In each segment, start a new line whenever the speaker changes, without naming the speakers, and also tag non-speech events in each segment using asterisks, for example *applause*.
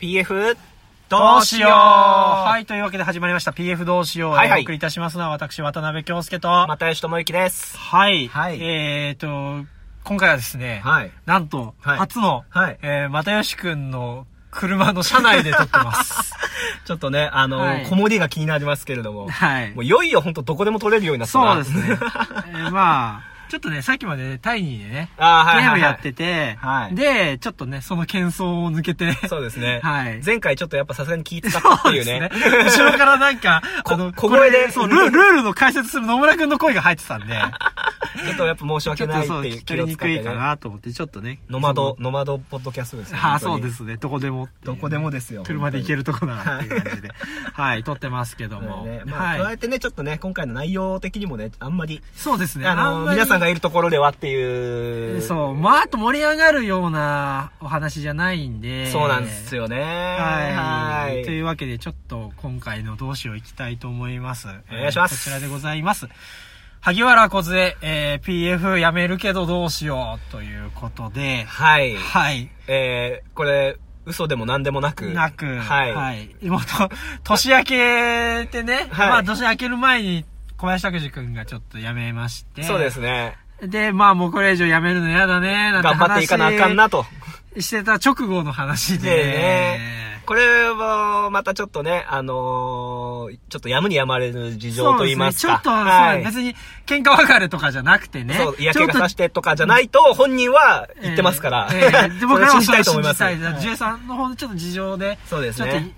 PF
どうしようはい、というわけで始まりました PF どうしよう。
はいはい
お送りいたしますのは私、渡辺京介と。
又吉智之です。
はい。
はい
えーと、今回はですね、
はい。
なんと、
はい
初の、
はい
えー、又吉くんの車の車内で撮っ
*laughs*
てます。
ちょっとね、あの、
はい
小盛りが気になりますけれども、
はい
もういよいよほんとどこでも撮れるようになった
そう
な
です
*laughs*
ね。え。ーまあ、ちょっとね、さっきまでタイニーでね、
あーは
ゲ
い
ー
は
ム
い、は
や
い。
ってて、
はい
で、ちょっとね、その喧騒を抜
*laughs*
けて、
そうですね。
はい
前回ちょっとやっぱさすがに気使ったっていうね。
そうですね後ろからなんか、
こ
あの
小声で
これそう、ルールールの解説する野村くんの声が入ってたん
*laughs*
で、
ちょっとやっぱ申し
ちょ
訳
っ
な
と
いって
そう、
いう
聞
気
き
を使っ
にく
て、
いか
ね。
なと思って、ちょっとね。
ノマド、ノマドポッドキャストです
そ
ね。。
の。はあ、そうですすね。どこでもっていう。
どこでもですよ。
車で行け
る。
るとこならっていう感じで。はい、撮ってますけども。
ね、まあ、加
は
え
い。
てね、ちょっとね、今回の内容的にもね、あんまり、
そうですね。
あの
んまり
皆さんがいるところではっていう。
そう、まあ、あと盛り上がるようなお話じゃないんで。
そうなんですよね。
はい。
はい。
というわけで、ちょっと今回のどうしよういきたいと思います。
お願いします
えーこちらでございます。萩原梢、えー、PF やめるけどどうしようということで、
はい。
はい。
えー、これ、嘘でも何でもなく。
なく、
はい。
はい。妹、 *laughs* 年明けてね、
はい
まあ年明ける前に小林拓司くんがちょっと辞めまして、
そうですね。
で、まあもうこれ以上辞めるの嫌だね、なんて
頑張っていかなあかんなと。
話してた直後の話で、
ねえねこれは、またちょっとね、あのー、ちょっとやむにやまれる事情と言いますか。
そうですねちょっと、
は
そう
い。
別に喧嘩別れとかじゃなくてね。。
そう、嫌気がさしててとかじゃないと、本人は言ってますから。
ええええ
*laughs*
で
そ
僕
れ
ら
信
も
じ
そ
た
れ
いと思
信
いま
じ
す。
たい。ジュエさんの方のちょっと事情で、
そうです
ちょっと
ね。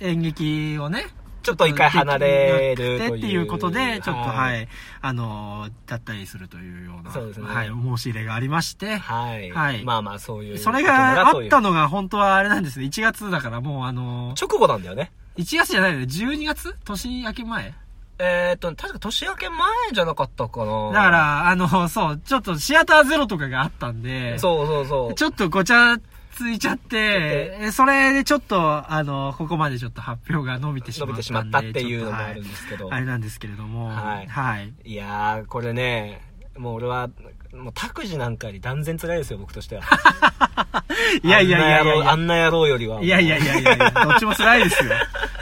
演劇をね、
ちょっと一回離れるという
っていうことで、ちょっと、
は
はいい、あのー、脱退するというような、
そうですね
はい、お申し入れがありまして、
はい。
はい
まあまあ、そういう。
それがあ
という
ったのが本当はあれなんですね。1月だからもうあのー、
直後なんだよね。
1月じゃないよね。12月年明け前
えー、っと、確か年明け前じゃなかったかな。
だか、ら、あの、そう、ちょっとシアターゼロとかがあったんで、
そうそうそう。
ちょっとごちゃついちゃって、えそれでちょっと、あの、ここまでちょっと発表が伸びてしま
伸
ったんで。
びてしまったっていうのもあるん
ちょっ
ですけ
と
ど。
はいあ
い、
れなんですけれども、
はい
はい。
やー、これね、もう俺は、もう、拓司なんかに断然辛いですよ、僕としては。
*laughs* いやいやいやいやい
あんな野
や。
郎あんな野郎よりは。
いやいやいやいやいや、どっちも辛い
*laughs*
ですよ。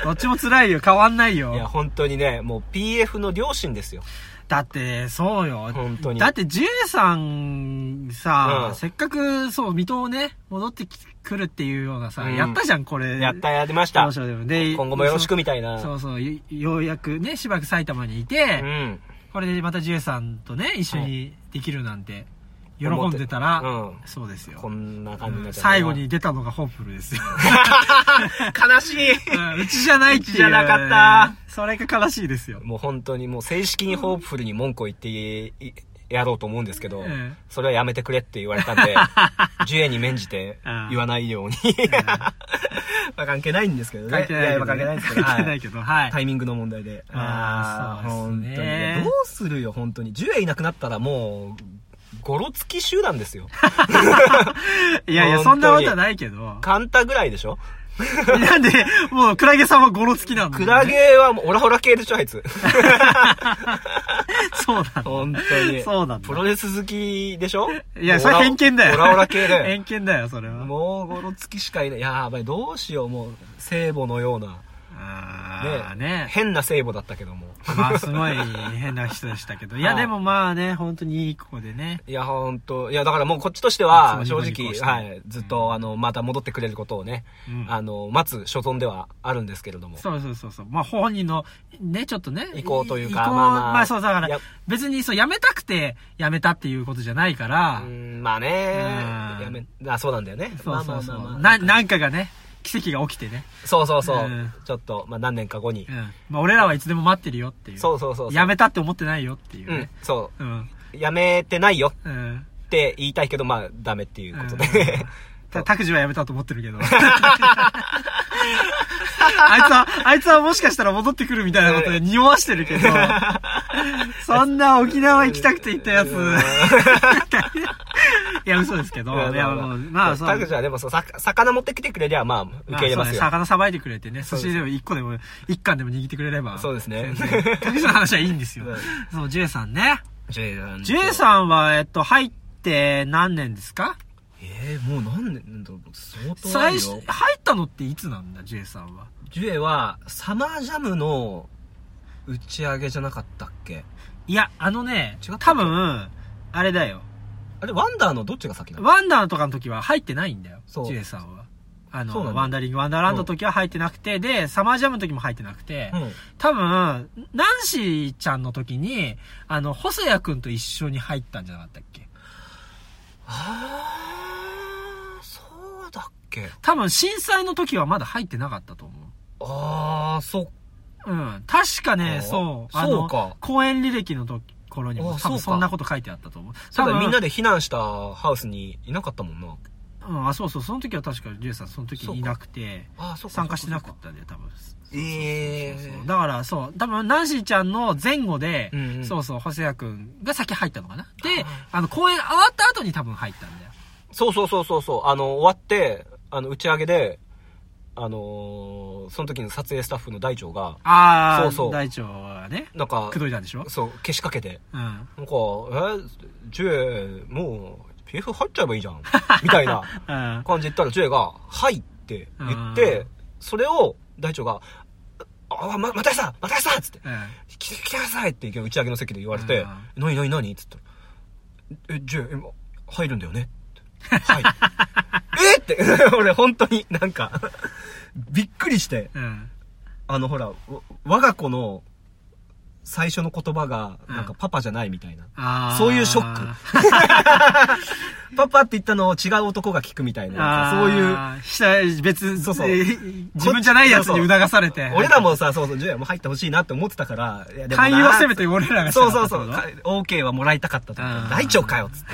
どっちも辛いよ、変わんないよ。
いや、本当にね、もう PF の両親ですよ。
だって、そうよ。
本当に
だって、ジュエさんさ、
うん
せっかく、そう、水戸をね、戻ってきくるっていうようなさ、
うん
やったじゃん、これ。
やった、やりました
どう。しようでもで
今後もよろしくみたいな。
そうそうそうよようやくねしばらく埼玉にいうて、
ん。
これでまたジュエさんとね一緒にできるなんて喜
思
ん
って
でたら、
うん
そうですよ
こんな感じになっちゃう
最後。に出 *laughs* たのがホープフルですよ
*laughs* 悲しい
うんうちじゃないっていう
うちじゃなか
ったそれが悲しいですよ
もう本当にもう正式にホープフルに文句を言っていいやろうと思うんですけど、
ええ
それはやめてくれって言われたん
*laughs*
で、ジュエに免じて
ああ
言わないように。 *laughs* まあ関係ないんですけどね。
関係ない
や
け
ま
ど、
あ関係ないですけど。
関係な
はい
いけどはい、
タイミングの問題で。
ああ
ー
そう
本
ですね
当にねどうするよ、本当に。ジュエいなくなったらもう、ゴロつき集団です
*laughs*
よ。
い、やいや
本当に
そんなことはないけど
カンタぐらいでしょ
なんでもうクラゲさんはゴロつきなんだ、ね、
クラゲはもうオラオラ系でしょ、あ
*laughs*
いつ。
そうなんだ
本当に。
そうなんだ
プロレス好きでしょ
いやそれ
オラオ
偏見だよ
オラオラ系だよ。
*laughs* 偏見だよそれは
もうゴロつきしかいない。やばい、どうしよう、もう、聖母のような。
ああね
変な聖母だったけども。
まあすごい変な人でしたけど。いや
はい
でもまあね、本当にいい子でね。、
*laughs* いや、ほんと。いや、だからもうこっちとしてはい
つ
正
もニコニ
直、
コして
はい、ずっと、あの、また戻ってくれることをね、
うん
あの、待つ所存ではあるんですけれども。
そうそうそうそう。まあ本人の、ね、ちょっとね。
意向というか
意向
まあまあ
まあそう、だか
いや
ら、別にそう、辞めたくて辞めたっていうことじゃないか
う
ら、
ん、まあね
うん
やめ、あ、そうなんだよね。
そうそうそ
まあまあまあ
う。
まあ
な、なんかがね、奇跡が起きてね。
そうそうそう。
うん
ちょっと、まあ何年か後に
う。ん。まあ俺らはいつでも待ってるよっていう。
そうそうそうそう。
辞めたって思ってないよっていう
うん
ね。、
そ
うん。
う。やめてないよ
うん。
って言いたいけど、まあ、ダメっていうことで。
た、拓司はやめたと思ってるけど。あ *laughs* いつは、あいつはもしかしたら戻ってくるみたいなことで匂わしてるけど、そんな沖縄行きたくて行ったや
*laughs*
つ。いや、嘘ですけど、いや、もう、まあ、そう。
タクシーはでもそう、さ魚持ってきてくれりゃ、まあ、受け入れますよ
まあ。そうね魚さばいてくれてね、
そ
寿
うです
司でも一個でも、一貫でも握ってくれれば。
そうですね
全然拓司の話はいいんで
*laughs*
すよ
うん。
そう、ジュエさんね。
ジュエさん
ジュエさんは、えっと、入って何年ですか
えー、もう何年なんだろう相当あ
最
る
初、入
よ
ったのっていつなんだ、J さんは。
ジュエはサマージャムの打ち上げじゃなかったっけ
いや、あのね
違ったっ、け
多分、あれだよ。
あれワンダーのどっちが先なの
ワンダーとかの時は入ってないんだよ、
そう
J さんは。
そうな
あ
ん
の、
だ
ワンダリング、ワンダーランドの時は入ってなくて、で、サマージャムの時も入ってなくて、
うん
多分、ナンシーちゃんの時に、あの、細谷くんと一緒に入ったんじゃなかったっけ
あーそうだっけ
多分、震災の時はまだ入ってなかったと思
ああそっ
う。うん。確かね、
あ
そう。あの
そうか
公演履歴の時頃にも
あ
多分
そうか
そんなこと書いてあったと思う。
そ
多
うだよ
分
みんなで避難したハウスにいなかったもんな
うん、あ、そうそう、その時は確か、ジュエさん、その時いなくて、
ああそ
参加してなかったんだよ、多分。
ええ
そうそうだから、そう、多分、ナンシーちゃんの前後で、
うんうん
そうそう、細谷くんが先入ったのかな。で
あ、
あの、公演終わった後に多分入ったんだよ。
そうそうそうそうそう。あの、終わって、あの、打ち上げで、あのーその時の撮影スタッフの大長が、
あー、
そうそう
大腸はね、
なんか
口、説いたんでしょ
そう、消しかけて、
うん。
なんか、え、ジュエ、もう、PF 入っちゃえばいいじゃ
*laughs*
ん。みたいな
うん。
感じ言ったら、ジュエが、はいって言って、
うん
それを大長が、あ、ま、またさんまたさんつって、
うん
来て、来てくださいって打ち上げの席で言われて、何何何つったら、え、ジュエ、今、入るんだよね
*laughs*
ってはい。えって、 *laughs* 俺本当になんか、びっくりして、
うん。
あのほら、わ我が子の最初の言葉が、
うん
なんかパパじゃないみたいな。
あー
そういうショッ
*laughs*
パパって言ったのを違う男が聞くみたいな、なんかそういう。
あーした、別、
そうそう
えー自分じゃないやつに促されて。
俺らもさ、そうそう、ジュエも入ってほしいなって思ってたから、いやでもな
勧誘をせめて俺らがした
そう
かった
そう
って
そ
こと
う。か OK はもらいたかったと思っ
う
た。
ん
大腸かよっつって。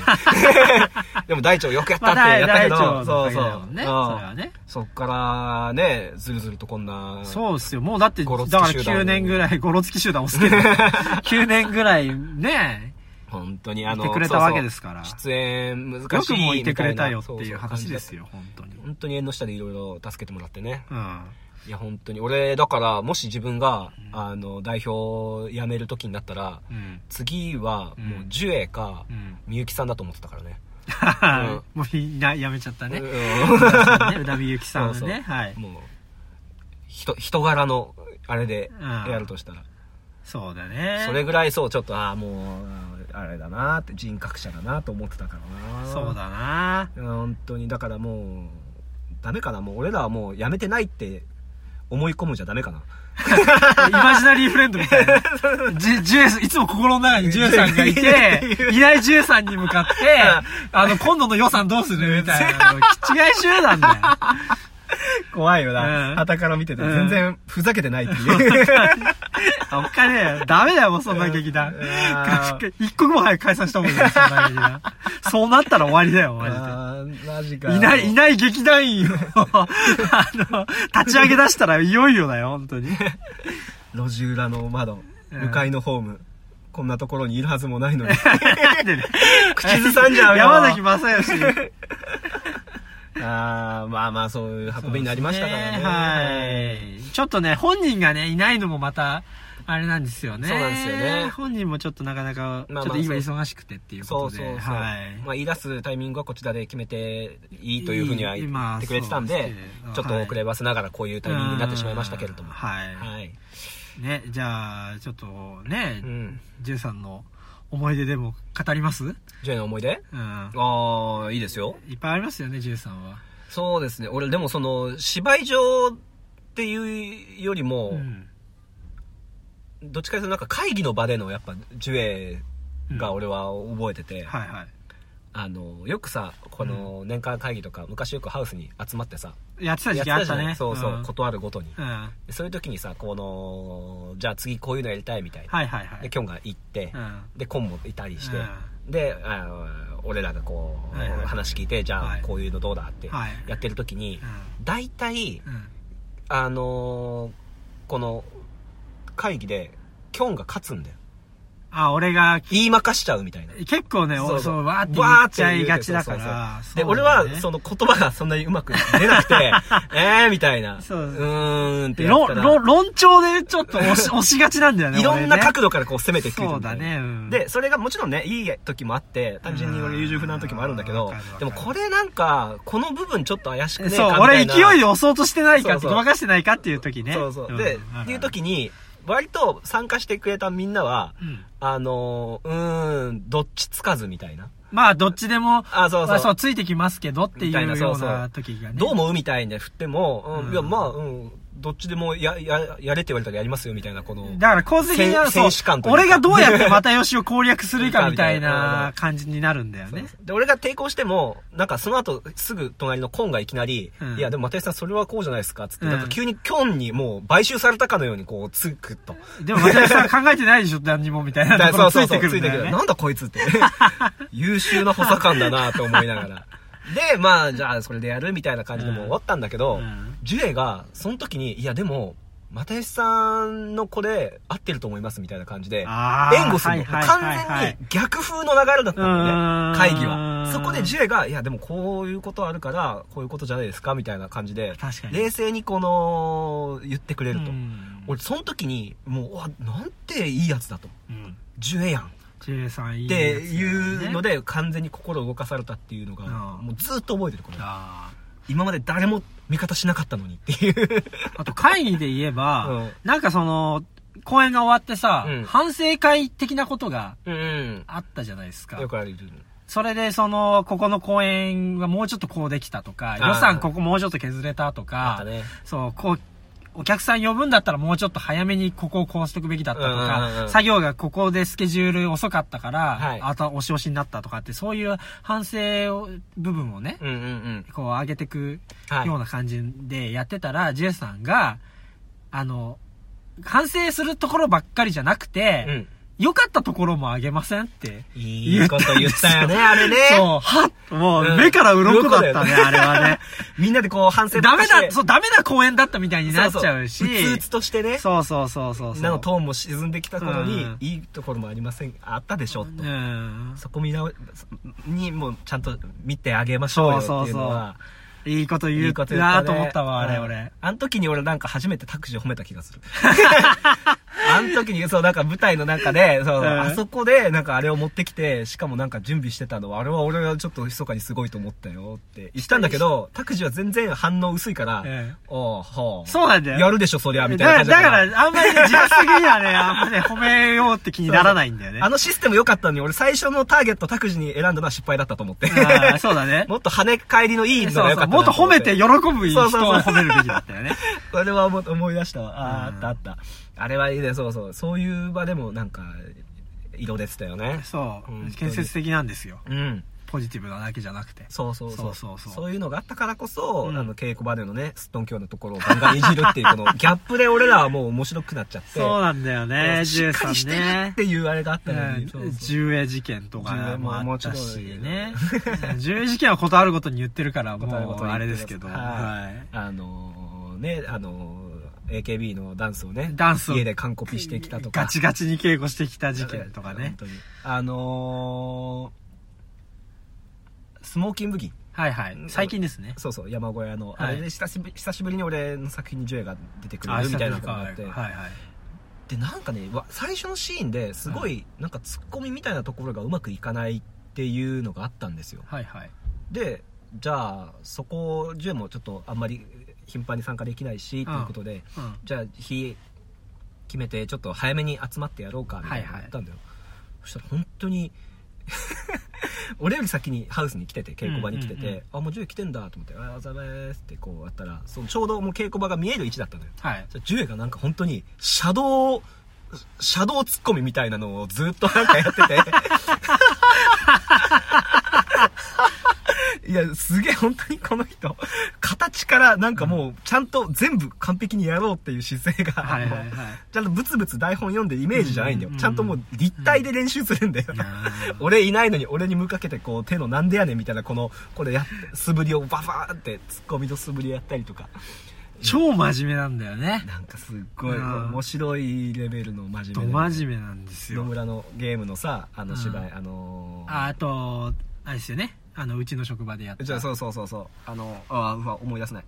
*laughs*
でも大腸よくやったって
まあ
やったけど、
大
そ
大腸のお
うそ
かげだも
う。
ん
う
ね。
ん
それはね。
そっからね、ずるずるとこんな。
そうっすよ。もうだって、だ
ゴ
から
ロツキ集団
9年ぐらい、ゴロツキ集団をすけど、9
*laughs*
年ぐらいね、
本当にあ
い
の、
てくれたわけですから。
そうそう出演難しいみたいな
よ。くもいてくれたよっていう話です
よ。
よ、本当に。
本当に縁の下でいろいろ助けてもらってね。
うん。
いや本当に。俺、だから、もし自分が、あの、代表辞める時になったら、
うん。
次はもう
うん
ジュエか
う、ん。
みゆきさんだと思ってたからね。
*laughs* もうみんなやめちゃったね。 *laughs*
うん
ね宇田美幸さん
*laughs* そうそう
ね。はい。
もう、人、人柄の、あれで
うん
やるとしたら。
そうだね。
それぐらいそう、ちょっと、ああ、もう、あれだなって、人格者だなと思ってたからな
そう。だな
うん本当に、だからもう、ダメかな、もう俺らはもうやめてないって思い込むじゃダメかな。
イマジナリーフレンドみ
*laughs*
たいな。ジジュエさんいつも心の中にジュエさんがい
いないって
て、いないジュエさんに向かって、あの、今度の予算どうするみたいな。
*laughs*
あの気違い集団だよ。
怖いよ
うん
傍から見てて
うん
然ふざけてないって *laughs* いう。
おっかねえよ。ダメだよ、もうそんな劇団
うんあ。
一刻も早く解散した方がいいよ、そんな劇団。そうなったら終わりだよ、マジで。
あーマジか。
いない、いない劇団員を、あの、立ち上げ出したらいよいよだよ、本当
*laughs*
に。
路地裏の窓、
うん
向かいのホーム、こんなところにいるはずもないのに。
なんでね
*laughs* 口ずさんじゃうよ
山崎正義。
*laughs* ああ、まあまあ、そういう運びになりましたからね。
はい。ちょっとね、本人がね、いないのもまた、あれなんですよね。
そうなんですよね
本人もちょっとなかなか、ちょ
まあまあ
っと今忙しくてっていう
そ
こ
う
と
そ
で。
うそう。
はい。
まあ、言い出すタイミングはこちらで決めていいというふうには言ってくれてたんで、
いいまあ
ちょっと遅れ
は
ばせながらこういう
い
タイミングになってしまいましたけれども。は
はい。
い。
ね、じゃあ、ちょっとね
う、ん。
ジュンさんの思い出でも語りますうん。
ジェイの思い出ああ、いいですよ。
いっぱいありますよね、ジュンさんは。
そうですね。俺、でもその、芝居上っていうよりも、
うん。
どっちかというとなんか会議の場でのやっぱ、ジュエが俺は覚えてて、
はいはい。
あの、よくさ、この年間会議とか、昔よくハウスに集まってさ、
やってた時
やっ
期
て
あ
た
っ
じゃ
た
ない
ね。
そうそう、
ん
断るごとに。
うん。はい
でそういう時にさ、この、じゃあ次こういうのやりたいみたいな。
はいはい
で、。キョンが行って、
うん。
で、コンもいたりして、
う
で、あー俺らがこう、
はいはい
話聞いて、じゃ
は
あ
い
こういうのどうだって、
はい。
やってる時に、大体、
うん。うん
あのーこの、会議で、キョンが勝つんだよ。
あ、俺が、
言いまかしちゃうみたいな。
結構ね、
そう
俺、
そ
そうの、わーって言
わー
っちゃいがちだか
って言うけど。
ら
そうそうそうで、俺は、そ
の、
の言葉がそんなにうまく出なくて、
*laughs*
えーみたいな。
そう
ーんって
で
やっ
論
たら
論論調でちょっ
*laughs*
と押し押しがちなんだよね。
いろんな角
度
度からこう攻めてくるみたいうな
そだね。うん
で、それがもちろんね、いい時もあって、単純に俺優柔不断な時もあるんだけ
うん
ど
わかるわ、か
でも
る
これなんか、この部分ちょっと怪しくねえ
そ
か
う
み、た
俺
いな。
勢いで押そうとしてないかって、
そうそう
ごまかしてないかっていう時ね。
そうそう。
ん
で、
ある
っ
ある
ていう時に、割と参加してくれたみんなは、
うん
あのー、うーん、どっちつかずみたいな。
まあ、どっちでも、
あ、そう
ま
そ
あ
う。
そう、ついてきますけどってい
みたいな
う
そ
よ
う
う
そう
な時がね。
どう思うみたいに振っても、うん、
うん
いや、まあ、うん、どっちでもや、や、やれって言われたらやりますよ、みたいな、この。
だから、構成的には
せ
そう
選手感というか
俺がどうやって又吉を攻略するかみた
*laughs*
いな感じになるんだよ
そう
ね
そ。うで、俺が抵抗しても、なんかその後、すぐ隣のコンがいきなり、
うん
いや、でも又吉さんそれはこうじゃないですか、つって、
うん
なんか急にキョンにもう買収されたかのようにこう、つくっと。
でも、又吉さん考えてないでしょ、何にもみたいな
だ
ところついてくる
つい
ん
て
だ
く
よ
る。
ね。
なんだこいつ
*laughs*
って。優秀な補佐官だなと思いながら。で、まあ、じゃあそれでやるみたいな感じでもう終わったんだけど、
うん
ジュエが、その時に、いやでも、又吉さんのこれ、合ってると思いますみたいな感じで、
あー
援護するの。
はいはい
完
はいはい
全に逆風の流れだったんだよ
うーん
ね、会議は。そこでジュエが、いやでもこういうことあるから、こういうことじゃないですかみたいな感じで、
確かに。
冷静にこの、言ってくれると。
うん
俺、その時に、もう、うわなんていいやつだと。
うん
ジュエやん。
J さんいい
っ
やつだ
て
よね
いうので完全に心を動かされたっていうのが
うん
もうずっと覚えてるこれ
あ
今まで誰も味方しなかったのにっていう
ーあと会議で言え
*laughs*
ば、
うん
なんかその公演が終わってさ、
うん
反省会的なことが
うん
あったじゃないですか
よくある
それでそのここの公演はもうちょっとこうできたとか
あー
予算ここもうちょっと削れたと
あっ
か
たね
そうこうお客さん呼ぶんだったらもうちょっと早めにここをこうしておくべきだったとか、
うんうんうん
作業がここでスケジュール遅かったから、
はい
あとは押し押しになったとかってそういう反省を部分をね、
うんうんうん
こう上げてく
はい
ような感じでやってたら、ジェイさんが、あの、反省するところばっかりじゃなく
う
て、
ん
良、かったところもあげませんって。
いいこと言ったよねあれね
そう、はっもう、
うん
目から鱗だっ
鱗
たね、
だよね
あれは
*laughs*
ね。
みんなでこう反省
ダメ
ばっか
だ、
して
そう、ダメな公演だったみたいになっちゃうし。
そそつうつとしてね
そうそうそうそうそう。
なのトーンも沈んできた頃に
うん
いいところもありませんあったでしょと
うん。
そこ見直にもうちゃんと見てあげましょうよっていうのはい
いこと
い
言
いこ
う
と言った
な
ね
と思ったわ、あれ、
うん
俺。
あの時に俺なんか初めてタクシーを褒めた気が
*laughs*
する。あの時に、そう、なんか舞台の中で、そう、
うん
あそこで、なんかあれを持ってきて、しかもなんか準備してたのは、あれは俺はちょっと密かにすごいと思ったよって言ったんだけど、タクシーは全然反応薄いから、
うん
おうほう。
そうなんだよ
やるでしょ、そりゃ、み
だ
たいな
から、
感じだから。
だからあんまりね自発的にはね、あんまね、褒めようって気にならないんだよね。
あのシステム良かったのに、俺最初のターゲットタクシーに選んだのは失敗だったと思って。
あーそうだね。
もっと跳ね返りのいい
そう
のが良
そ
か
う
った
もっと褒めて
よ
喜ぶ人
そ
を
うそうそう
褒めるべきだったよね。
あれは思思い出したわ。あ
う
ー
ん
あったあった。あれはいいね、そうそう。そういう場でもなんか、色出てたよね。
*laughs* そ
うん
う。建設的なんですよ。
うん。
ポジティブなだけじゃなくて。
そうそうそう。
そうそうそう
いうのがあったからこそ、
うん
あの、稽古場でのね、すっとんきょうのところをガンガンいじるっていう、このギャップで俺らはもう面白くなっちゃって。
そうなんだよね、
しっかりし
13
てるっ
ね。
ていうあれがあったのに。そうそう
10栄事件とかもあったし
十円
ね
も。
10栄事件はことあるごとに言ってるから、も
ことあるごと
う
に言ってます
あれですけど。
はい
はい
あのー、ね、あのー、AKB のダンスをね、
ダンスを
家で完コピしてきたとか。
ガチガチに稽古してきた事件とかね
本。当にあのー、スモーキンブギ
はいはい。最近ですね。
そうそう山小屋の、
はい
あれで久しぶり久しぶりに俺の作品にジョエが出てくれ
あ
るみたいなことがあ
は
っ
い
て、
はい。
でなんかねわ最初のシーンですごいなんかツッコミみたいなところがうまくいかないっていうのがあったんですよ
はいはい。
でじゃあそこをジョエもちょっとあんまり頻繁に参加できないしということで、
うん
じゃあ日決めてちょっと早めに集まってやろうかみたいなの
はいはい
やったんだよ、そしたら本当に *laughs* 俺より先にハウスに来てて稽古場に来てて、
うんうんうん
あもう10来てんだと思って「あざます」ってこうやったらそのちょうどもう稽古場が見える位置だったのよ
はい。
そしたら10がなんか本当にシャドウシャドウツッコミみたいなのをずっとなんかやって *laughs* ていやすげえ本当にこの人形からなんかもうちゃんと全部完璧にやろうっていう姿勢が、
はいはいはい。
ちゃんとブツブツ台本読んでイメージじゃないんだよ、
うん
ちゃんともう立体で練習するんだよ、 *laughs* 俺いないのに俺に向かけてこう手のなんでやねんみたいなこのこれやって素振りをババーンってツッコミと素振りやったりとか
超真面目なんだよね。
なんかすっごい
うん
面白いレベルの真
ど
面目な
真面目なんです
野
よ。
村のゲームのさあの芝居、
うん
あのー
ああと、あれですよね。あの、うちの職場でやっ
じゃ
た
あ。そうそうそうそうあのああうわ思い出せない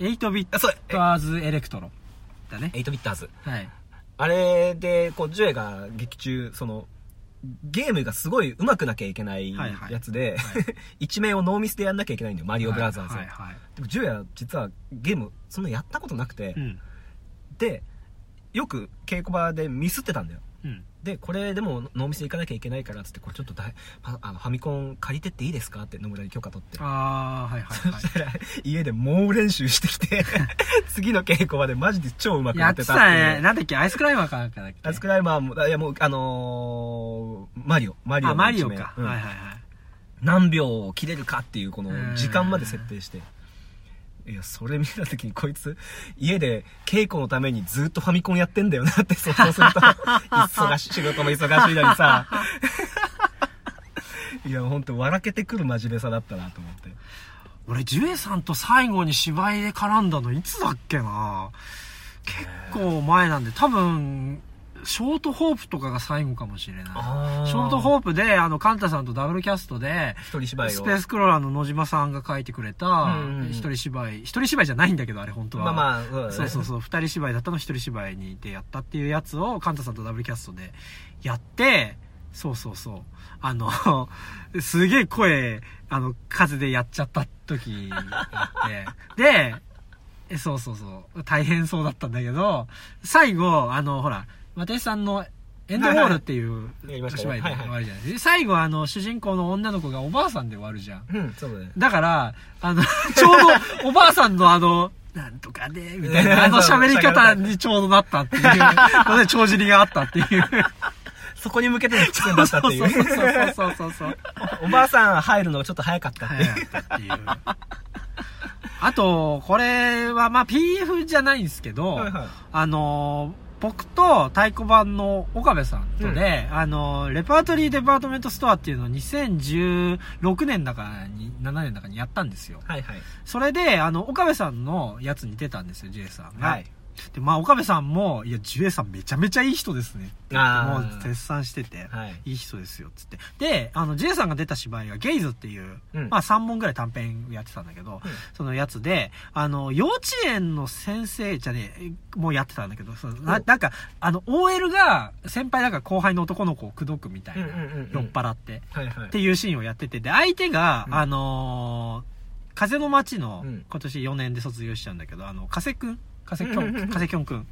8ビッ
あそう
トアーズエレクトロだね。
8ビッターズ
はい。
あれでこうジュエが劇中そのゲームがすごい上手くなきゃいけない
はいはい
やつで、
はい
*laughs* 一面をノーミスでやんなきゃいけないんだよマリオブラザーズを、
はいはいはい。
でもジュエは実はゲームそんなやったことなくて、
うん。
でよく稽古場でミスってたんだよ
うん。
でこれでもノーミスで行かなきゃいけないからっつってこれちょっとだいああのファミコン借りてっていいですかって野村に許可取って
ああ、はいはい
*laughs*
は
そしたら家で猛練習してき
*laughs*
て次の稽古場でマジで超うま
い。
く
や
なっ
っ
て
て
た
た
っていう
ね。なんだっけアイスクライマーかなんかだっけ
アイスクライマーもいやもうあのーマリオマリオの
あ、マリ
一
オ
面
か。
うん
はいはいはい。
何秒切れるかっていうこの
うん
時間まで設定していやそれ見た時にこいつ家で稽古のためにずっとファミコンやってんだよなって想像すると忙しい仕事も忙しいのに
*laughs*
さいや本当笑けてくる真面目さだったなと思って
俺、ジュエさんと最後に芝居で絡んだのいつだっけな結構前なんで、多分、ショートホープとかが最後かもしれな
あ
い。ショート
ー
ホープで、あの、カンタさんとダブルキャストで、
一人芝居
ス
を
ペースクローラーの野島さんが書いてくれた
んうんうん、
一人芝居、一人芝居じゃないんだけど、あれ本当は。
まあまあそうだね
そうそうそう、二人芝居だったの一人芝居にでやったっていうやつを、カンタさんとダブルキャストでやって、そうそうそう。あの、 *laughs* すげえ声、あの、風でやっちゃった時があって、で、えそうそうそう、大変そうだったんだけど、最後、あの、ほら、私さんのエンドホールっていう
やりましたね
芝居で
はいはい
終わるじゃないですか。最後、あの、主人公の女の子がおばあさんで終わるじゃん。
うんそうだね
だから、あの、ちょうどおばあさんのあの、なんとかね、みたいな、あの喋り方にちょうどなったっていう、ので、帳尻があったっていう。
そこに向けての出演だったっていう
そうそうそうそうそう。
おばあさん入るのがちょっと早かったっていう、
早かったっていう。あと、これは、まあ、PF じゃないんですけど、
はいはい
あのー僕と太鼓判の岡部さんとで、あのーレパートリーデパートメントストアっていうのを2016年だかに、7年だかにやったんですよ。
はいはい
それで、あの、岡部さんのやつに出たんですよ、ジュエさんが。
はい
で、まあ、岡部さんも、いや、ジュエさんめちゃめちゃいい人ですね。って言
あ
っ
ー
てもう絶賛してて、
はい
い、い人ですよ、つって。で、あの、ジュエさんが出た芝居がゲイズっていう、
うん
まあ、3本ぐらい短編やってたんだけ
う
ど、
ん
そのやつで、あの、幼稚園の先生じゃねえ、もうやってたんだけど、そのな
お
なんか、あの、OL が先輩だから後輩の男の子を口説くみたいな、
うんうんうんうん
酔っ払って。
はいはい
っていうシーンをやってて、で、相手が、
うん
あのー風の街の、
うん
今年4年で卒業しちゃうんだけど、あの、加瀬くん加瀬きょ
うんうんうんうん
ん、加瀬きょんくん。も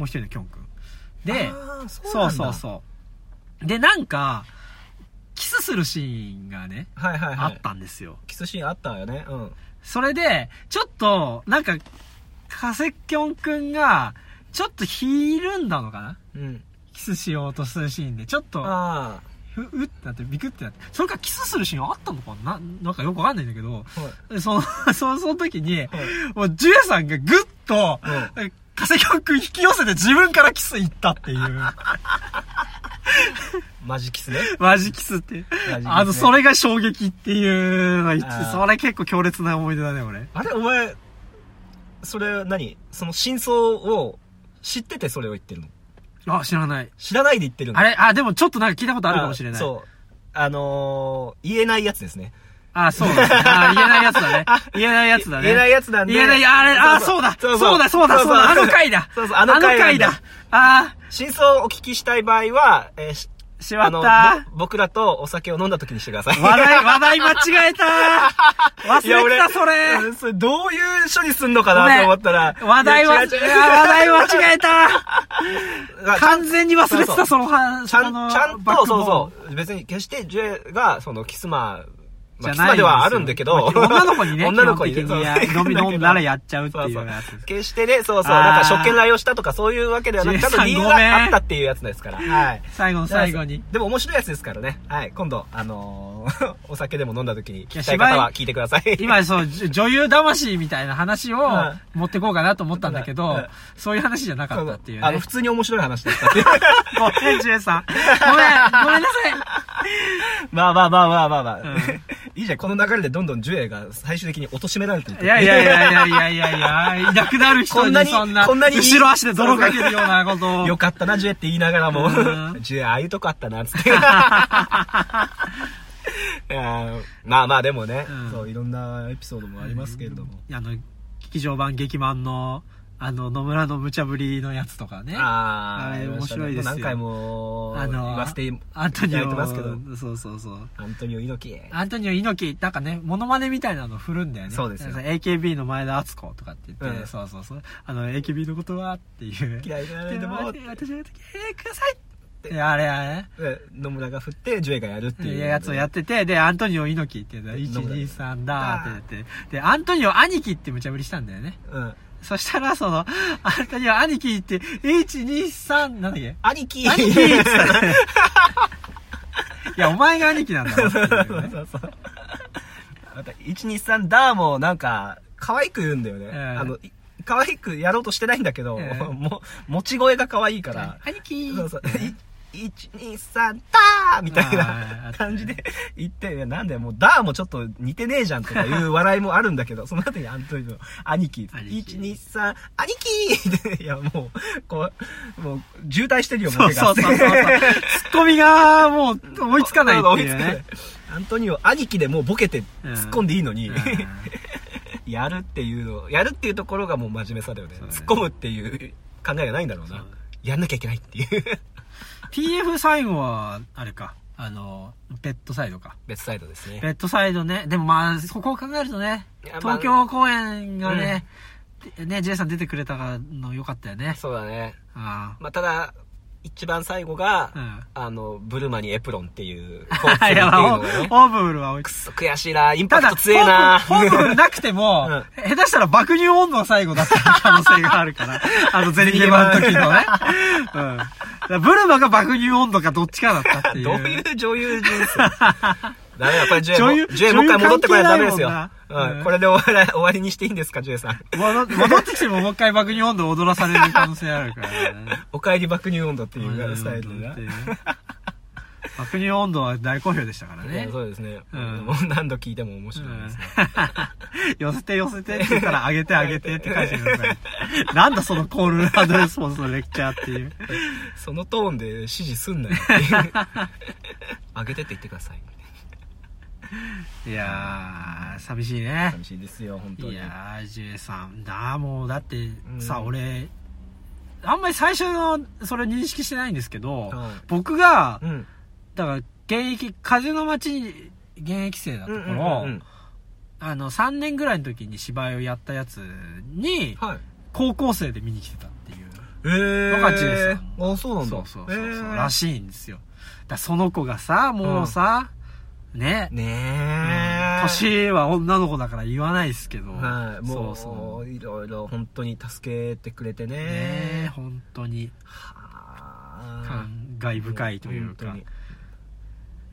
う一人のきょんくん。で、
あーそう
そ
な
うん
だ
そうそう。で、なんか、キスするシーンがね、
はいはいは
あ
い
ったんですよ。
キスシーンあったよねうん
それで、ちょっと、なんか、加瀬きょんくんが、ちょっとひるんだのかな
うん
キスしようとするシーンで、ちょっと、
あ
ふうってなってビクってなってそれからキスするシーンあったのかななんかよくわかんないんだけど
あはい
その *laughs* そのその時に、
はい
もうジュエさんがグッと、加瀬君くん引き寄せて自分からキス行ったっていう。
*laughs* マジキ
*laughs*
スね
マジキスっていう
マジキスね
あの、それが衝撃っていうのが一
あー
それ結構強烈な思い出だね、俺。
あれお前それ何その真相を知っててそれを言ってるの
あ、知らない。
知らないで言ってるの
あれあ、でもちょっとなんか聞いたことあるかもしれない。
そうあのー言えないやつですね
あ、そうですね。あー言えないやつだね。言えないやつだ
*laughs*
ね。
言えないやつなんで
言えない、あれ、あー、そうだ、そうだ、そうだ、そうだ、あの回だ。
そうそうあの回なんだ
だ。あ
真相をお聞きしたい場合は、えーし
ー、しま
あ
っ
の
た。
ぼ僕らとお酒を飲んだ時にしてください。
話題、話題間違えた。
いや
忘れ
俺
てた、それ。
うんそれどういう処理すんのかなと思ったら。
話題は、
い
い
や違う
や
違う
話題間違えた。
あちゃん
完全に忘れて
そう
た、その話。
ちゃ
あ
ん、
の
ちゃん
バッ
と、
クボー
そ
ン
うそう。別に決してジュエが、その、キスマ、まあ、キ
じ
ス
ゃない
マ
んです
で
よ
はあるんだけど。
女の子に
*laughs*
ね、
女の子に
基
ね
本的にや
そう
飲み飲んだらやっちゃうって
そう
い
そうう
やつ。
決してね、そうそう、
あー
なんか、職権来をしたとかそういうわけではなく、ちゃんと理由
ジュエさんごめん
があったっていうやつですから。はい。
最後の最後に。い
でも面白いやつですからね。はい。今度、あのー *laughs* お酒でも飲んだ時に聞
や
きたい方
芝
は
居
聞いてください。
今、そう、じょ女優魂みたいな話を
うん
持ってこうかなと思ったんだけ
う
ど
ん、
そういう話じゃなか
そ
っ
うそ
た
う
っていう
*laughs* あの、
ね
普。通に面白い話だった
*laughs*
っていう。
ごめん、ジュエさん。ごめん、ごめんなさい。
まあまあまあまあまあまあ。
うん
いいじゃん、この流れでどんどんジュエが最終的に貶としめられていく。
いやいやいやいやいやいやいや、いなくなる人
こんな
に
に
そんな、
こんなにいい
後ろ足で泥かけるようなことを。
よかったな、ジュエって言いながらも
う、ん
ジュエ、ああいうとこあったな、つ
*laughs*
って。いやまあまあ、でもね、
うん
そう、いろんなエピソードもありますけれども。
あの、劇場版劇満の、あの、野村の無茶ぶりのやつとかね。
ああ、
あれ
りましたね
面白いです
も
よ
う何回も
あ
言
の
わせてい
アント
た
ニ
だい
オ
てますけど、。
そうそうそう。
アントニオ猪木。
アントニオ猪木、なんかね、モノマネみたいなの振るんだよね。
そうですよ
AKB の前田敦子とかって言って、
うん
そうそうそう。あの、AKB のことはっていう。
嫌いじゃない
で
で
も、
も
私、の時、えー、くださいって。あれあれ。
で野村が振って、ジュエがやるっていう。
やつをやってて、で、アントニオ猪木って言うん
ど
だ
こ
1、
だよ
2、3だーって言って、で、アントニオ兄貴って無茶ぶりしたんだよね。
うん。
そしたら、その、 *laughs* アントニオ兄貴って、1、2、3、なんだっけ
兄貴
兄貴って言ってたね *laughs* いや、お前が兄貴なんだろっていうね。
そうそう。また、123ダーもなんか、可愛く言うんだよね。
ええ
あの、い可愛くやろうとしてないんだけど、
ええ
もう、持ち声が可愛いから、
兄貴
そうそう。123ダーみたい
あああ
な
ったね
感じで言って、いやなんだよ、もうダーもちょっと似てねえじゃんとかいう笑いもあるんだけど、その後にアントニオの兄貴、
兄貴
123、兄貴っていや、もう、こう、もう、渋滞してるよ、
そ
ボ
う
ケ
そ
が
うそうそう。ツッコミが、もう、追いつかない
*laughs*
っていう
追つかな
ね。
アントニオ兄貴でもうボケて
うん
突っ込んでいいのに、
うん
*laughs* やるっていうのやるっていうところがもう真面目さだよね
そうだね
突っ込むっていう考えがないんだろう
そ
な
う
やんなきゃいけないっていう *laughs*
TF 最後は、あれか、あの、ペットサイドか。
別サイドですね
ベッドサイドね。でもまあ、そこを考えるとね
いや、まあ
東京公演がね、ね、J さん出てくれたの良かったよね。
そうだね、
あ
まあ、ただ一番最後が、
あ。
あのブルマにエプロンっていう
うん。い *laughs* や、まあオ
交通っていうのがね
ーブルは置い
く
て。
そ悔しいなイン
た
パク
だ、
ト強えな
ホーブルなくても、下手したら爆乳温度の最後だった可能性があ
*laughs*
るから、あの、ゼニゲマの時のね。うん。だからブルマが爆乳温度かどっちかだったってい
*laughs*
う。
どういう女優人
*laughs*
生ダメだ、これジュエ
女
も、
優
ジュエもう一回戻ってこないとダメですよ。
女優関係ないもんな
う、
うんん
これで終わら *laughs* 終わりにしていいんですか、ジュエさん。
戻戻ってきてももう一回爆乳温度踊らされる可能性あるからね。
おかえり爆乳温度っていうスタイルでな。
爆乳温度は大好評でしたから
い
ね
や。そうですね。
うん
もう何度聞いても面白いですね。
寄せて寄せてって言ったら、あげてあげてって返してください。なんだそのコールアドレスポンスのレクチャーっていう。
そのトーンで指示すんなよ
*laughs*
っていう。上げてって言ってください。
いやー、寂しいね。
寂しいですよ、本当
い
に。
やー、ジュエさん。だーもう、だって
ん
さ、俺、あんまり最初の、それ認識してないんですけど、
はい
僕が
う、ん。
だから、現役、風の町に現役生だった
う
頃、
んうんうん。
あの、3年ぐらいの時に芝居をやったやつに、
はい。
高校生で見に来てたっていう。
えー
のがジュエさん
あ、そうなんだ。
そうそうそうそう、
えー
らしいんですよ。だからその子がさ、もうさ、ね、
ねえ。
年は女の子だから言わないですけど、
はい。もう、
そうそう。
いろいろ本当に助けてくれてね。
ね本当に
はあ
感慨深いというか。
本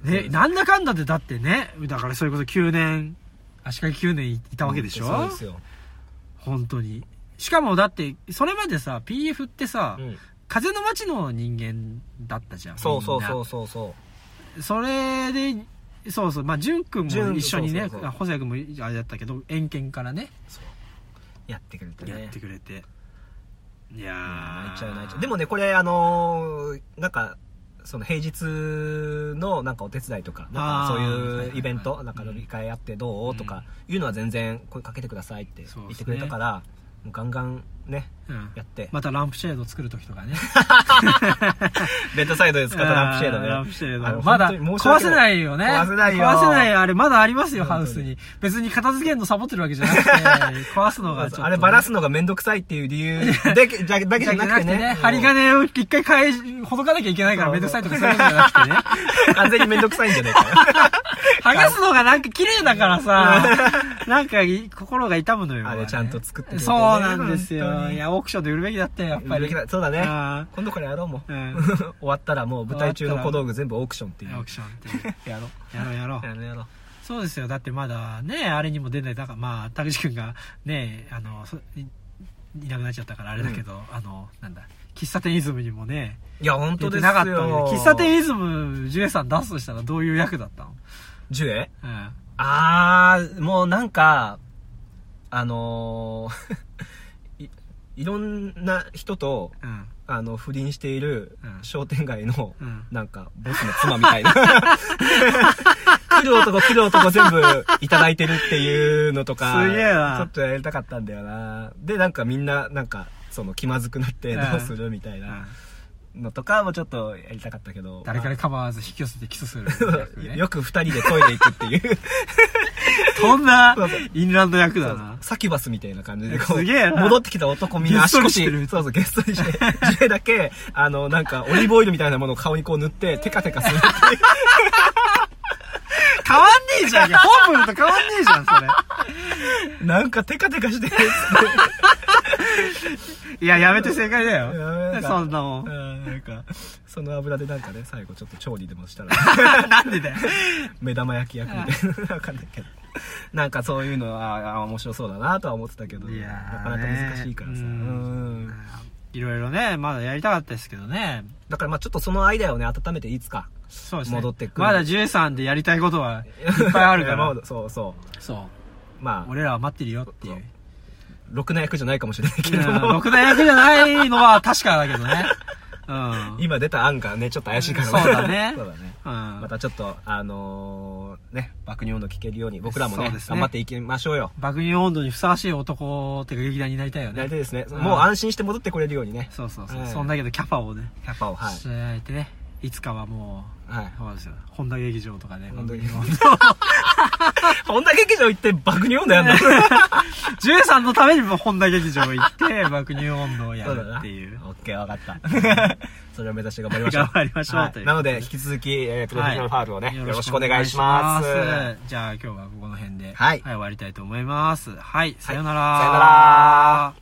当に
ね、なんだかんだでだってね、だからそれこそ9年、足利9年いたわけでしょ
そうですよ。
本当に。しかもだって、それまでさ、PF ってさ、
うん
風の街の人間だったじゃん。
そうそうそううそうそう。。
それで、そうそう、まあ、淳君も
淳
一緒にね、
そうそうそう
細谷君もあれだったけど、遠見からね、
やってくれてね。
やってくれて。いやー。
泣いちゃう泣いちゃう。でもね、これ、あのーなんか、その平日のなんかお手伝いとか、なん
あ
かそ
ー
う
はいはい
い
は
う
い
イベント、なんか
うん
乗り換えあってどう、とかいうのは全然声かけてくださいって
そ
言
うで
っ
す
て
ね
くれたから、もうガンガンね、
うん
やって。
またランプシェード作る時とかね。
ベッドサイド *laughs* で使ったランプシェードね。
ランプシェード
あの
まだ
本当に申し訳
壊せないよね。
壊せないよ
壊せないあれまだありますよ、ハウス
本
に。別に片付けるのサボってるわけじゃな
*laughs*
くて、壊すのがちょっとね、
あればらすのがめんどくさいっていう理由
*laughs*
だけじゃだけじ
じ
ゃ
ゃ
な
な
くて
く
ね。
てね、針金を一回変え、ほどかなきゃいけないからめんどくさいとかそういうのじゃな
*laughs*
くてね。
完全にめんどくさいんじゃないかな。
剥がすのがなんか綺麗だからさ、なんかい心が痛むのよ。
あれちゃんと作ってくれてね
そうなんです
本当
よ。
に
いや、オークションで売るべきだったよ、やっぱり。
そうだね。
あ
今度からやろうもう。 *laughs*
ーうん。
終わったらもう舞台中の小道具全部オークションって
オ
いう
ークションっ
*laughs*
て。
やろ
やろうやろう
う。やろうやろう
そうですよ。だってまだね、あれにも出ない。だからまあ、田口くんがね、あの、そいいなくなっちゃったからあれだけど、あの、なんだ、喫茶店イズムにもね、
いや本当
出
です
てな
よ
かったので喫茶店イズム、ジュエさん出すとしたらどういう役だったの
ジュエ
うん。
あー、もうなんか、あのー
*laughs*
い、いろんな人と、
うん。
あの、不倫している
うん
商店街の、
うん
なんか、ボスの妻みたい
*laughs*
な。来る男来る男全部いただいてるっていうのとか、
すげえな
ちょっとやりたかったんだよな。で、なんかみんな、なんか、その気まずくなってどうするみたいなのとかもちょっとやりたかったけど。
誰かに構わず引き寄せてキスする。
ま *laughs* あよく二人でトイレ行くって
*laughs*
いう。
そんな
そうそう、
インランド役だな。
サキュバスみたいな感じで、こう、
すげえな
戻ってきた男みんな
げっそ
足
りして
腰
る、
そうそう、ゲストにして、J だけ、あの、なんか、オリーブオイルみたいなものを顔にこう塗って、テカテカするっていう。
変わんねえじゃんいや本文と変わんねえじゃん、そ
*laughs* なんかテカテカしてる。
れ。いや、やめて正解だ
やめ
よ。
た
そんなも。
*laughs* うんんなんか、その油でなんかね、最後ちょっと調理でもした
*laughs*
ら、
なんでだよ。
目玉焼き焼くみたいな、わかんないけど。なんかそういうのは、あ面白そうだなとは思ってたけど、
いや
な
ー
かなか難しいからさ。
ね
うん
いろいろね、まだやりたかったですけどね。
だからまあちょっとそのアイデアをね、温めていつか。
そうですね。
戻ってくる
まだ13でやりたいことはいっぱいある
*laughs* いや
から
ま。あそうそう。
そう。
まあ、
俺らは待ってるよっていう。
ろくな役じゃないかもしれないけ
う
ど *laughs*
ん
も、
ろくな役じゃないのは確かだけどね。うん。
今出た案がね、ちょっと怪しいから
そうだね
*laughs* そうだね。
うん
またちょっと、あのーね、爆乳の聞けるように、僕らもね
そうですね
頑張っていきましょうよ。
爆乳温度にふさわしい男っていうか劇団になりたいよ
大
ね
体。ですね、
うん
もう安心して戻ってこれるようにね、
そうそうそう。
はい
そんだけどキャパをね、
キャパを、はい。
していてね。いつかはも
はい。 *laughs*
う、そうですよ。本田劇場とかね。
本田劇場
本当に
本田劇場行って爆乳温度
*laughs*
やんの
13のためにも本田劇場行
*laughs*
って、爆乳温度をや
そうだ
る
な。
っていう。
オッケー、わかった。 *laughs* それを目指して頑張りましょう。
頑張りましょう
はい
という
なので、引き続き、えープロフェッショナルファールをね、
はい
よろしくお願いします。
よ
さ
ろ
よ
しくお
な
願
ら
いしますじゃあ今日はここの辺で、
はい
終わりたいと思います。はい、さよなら。
さよなら。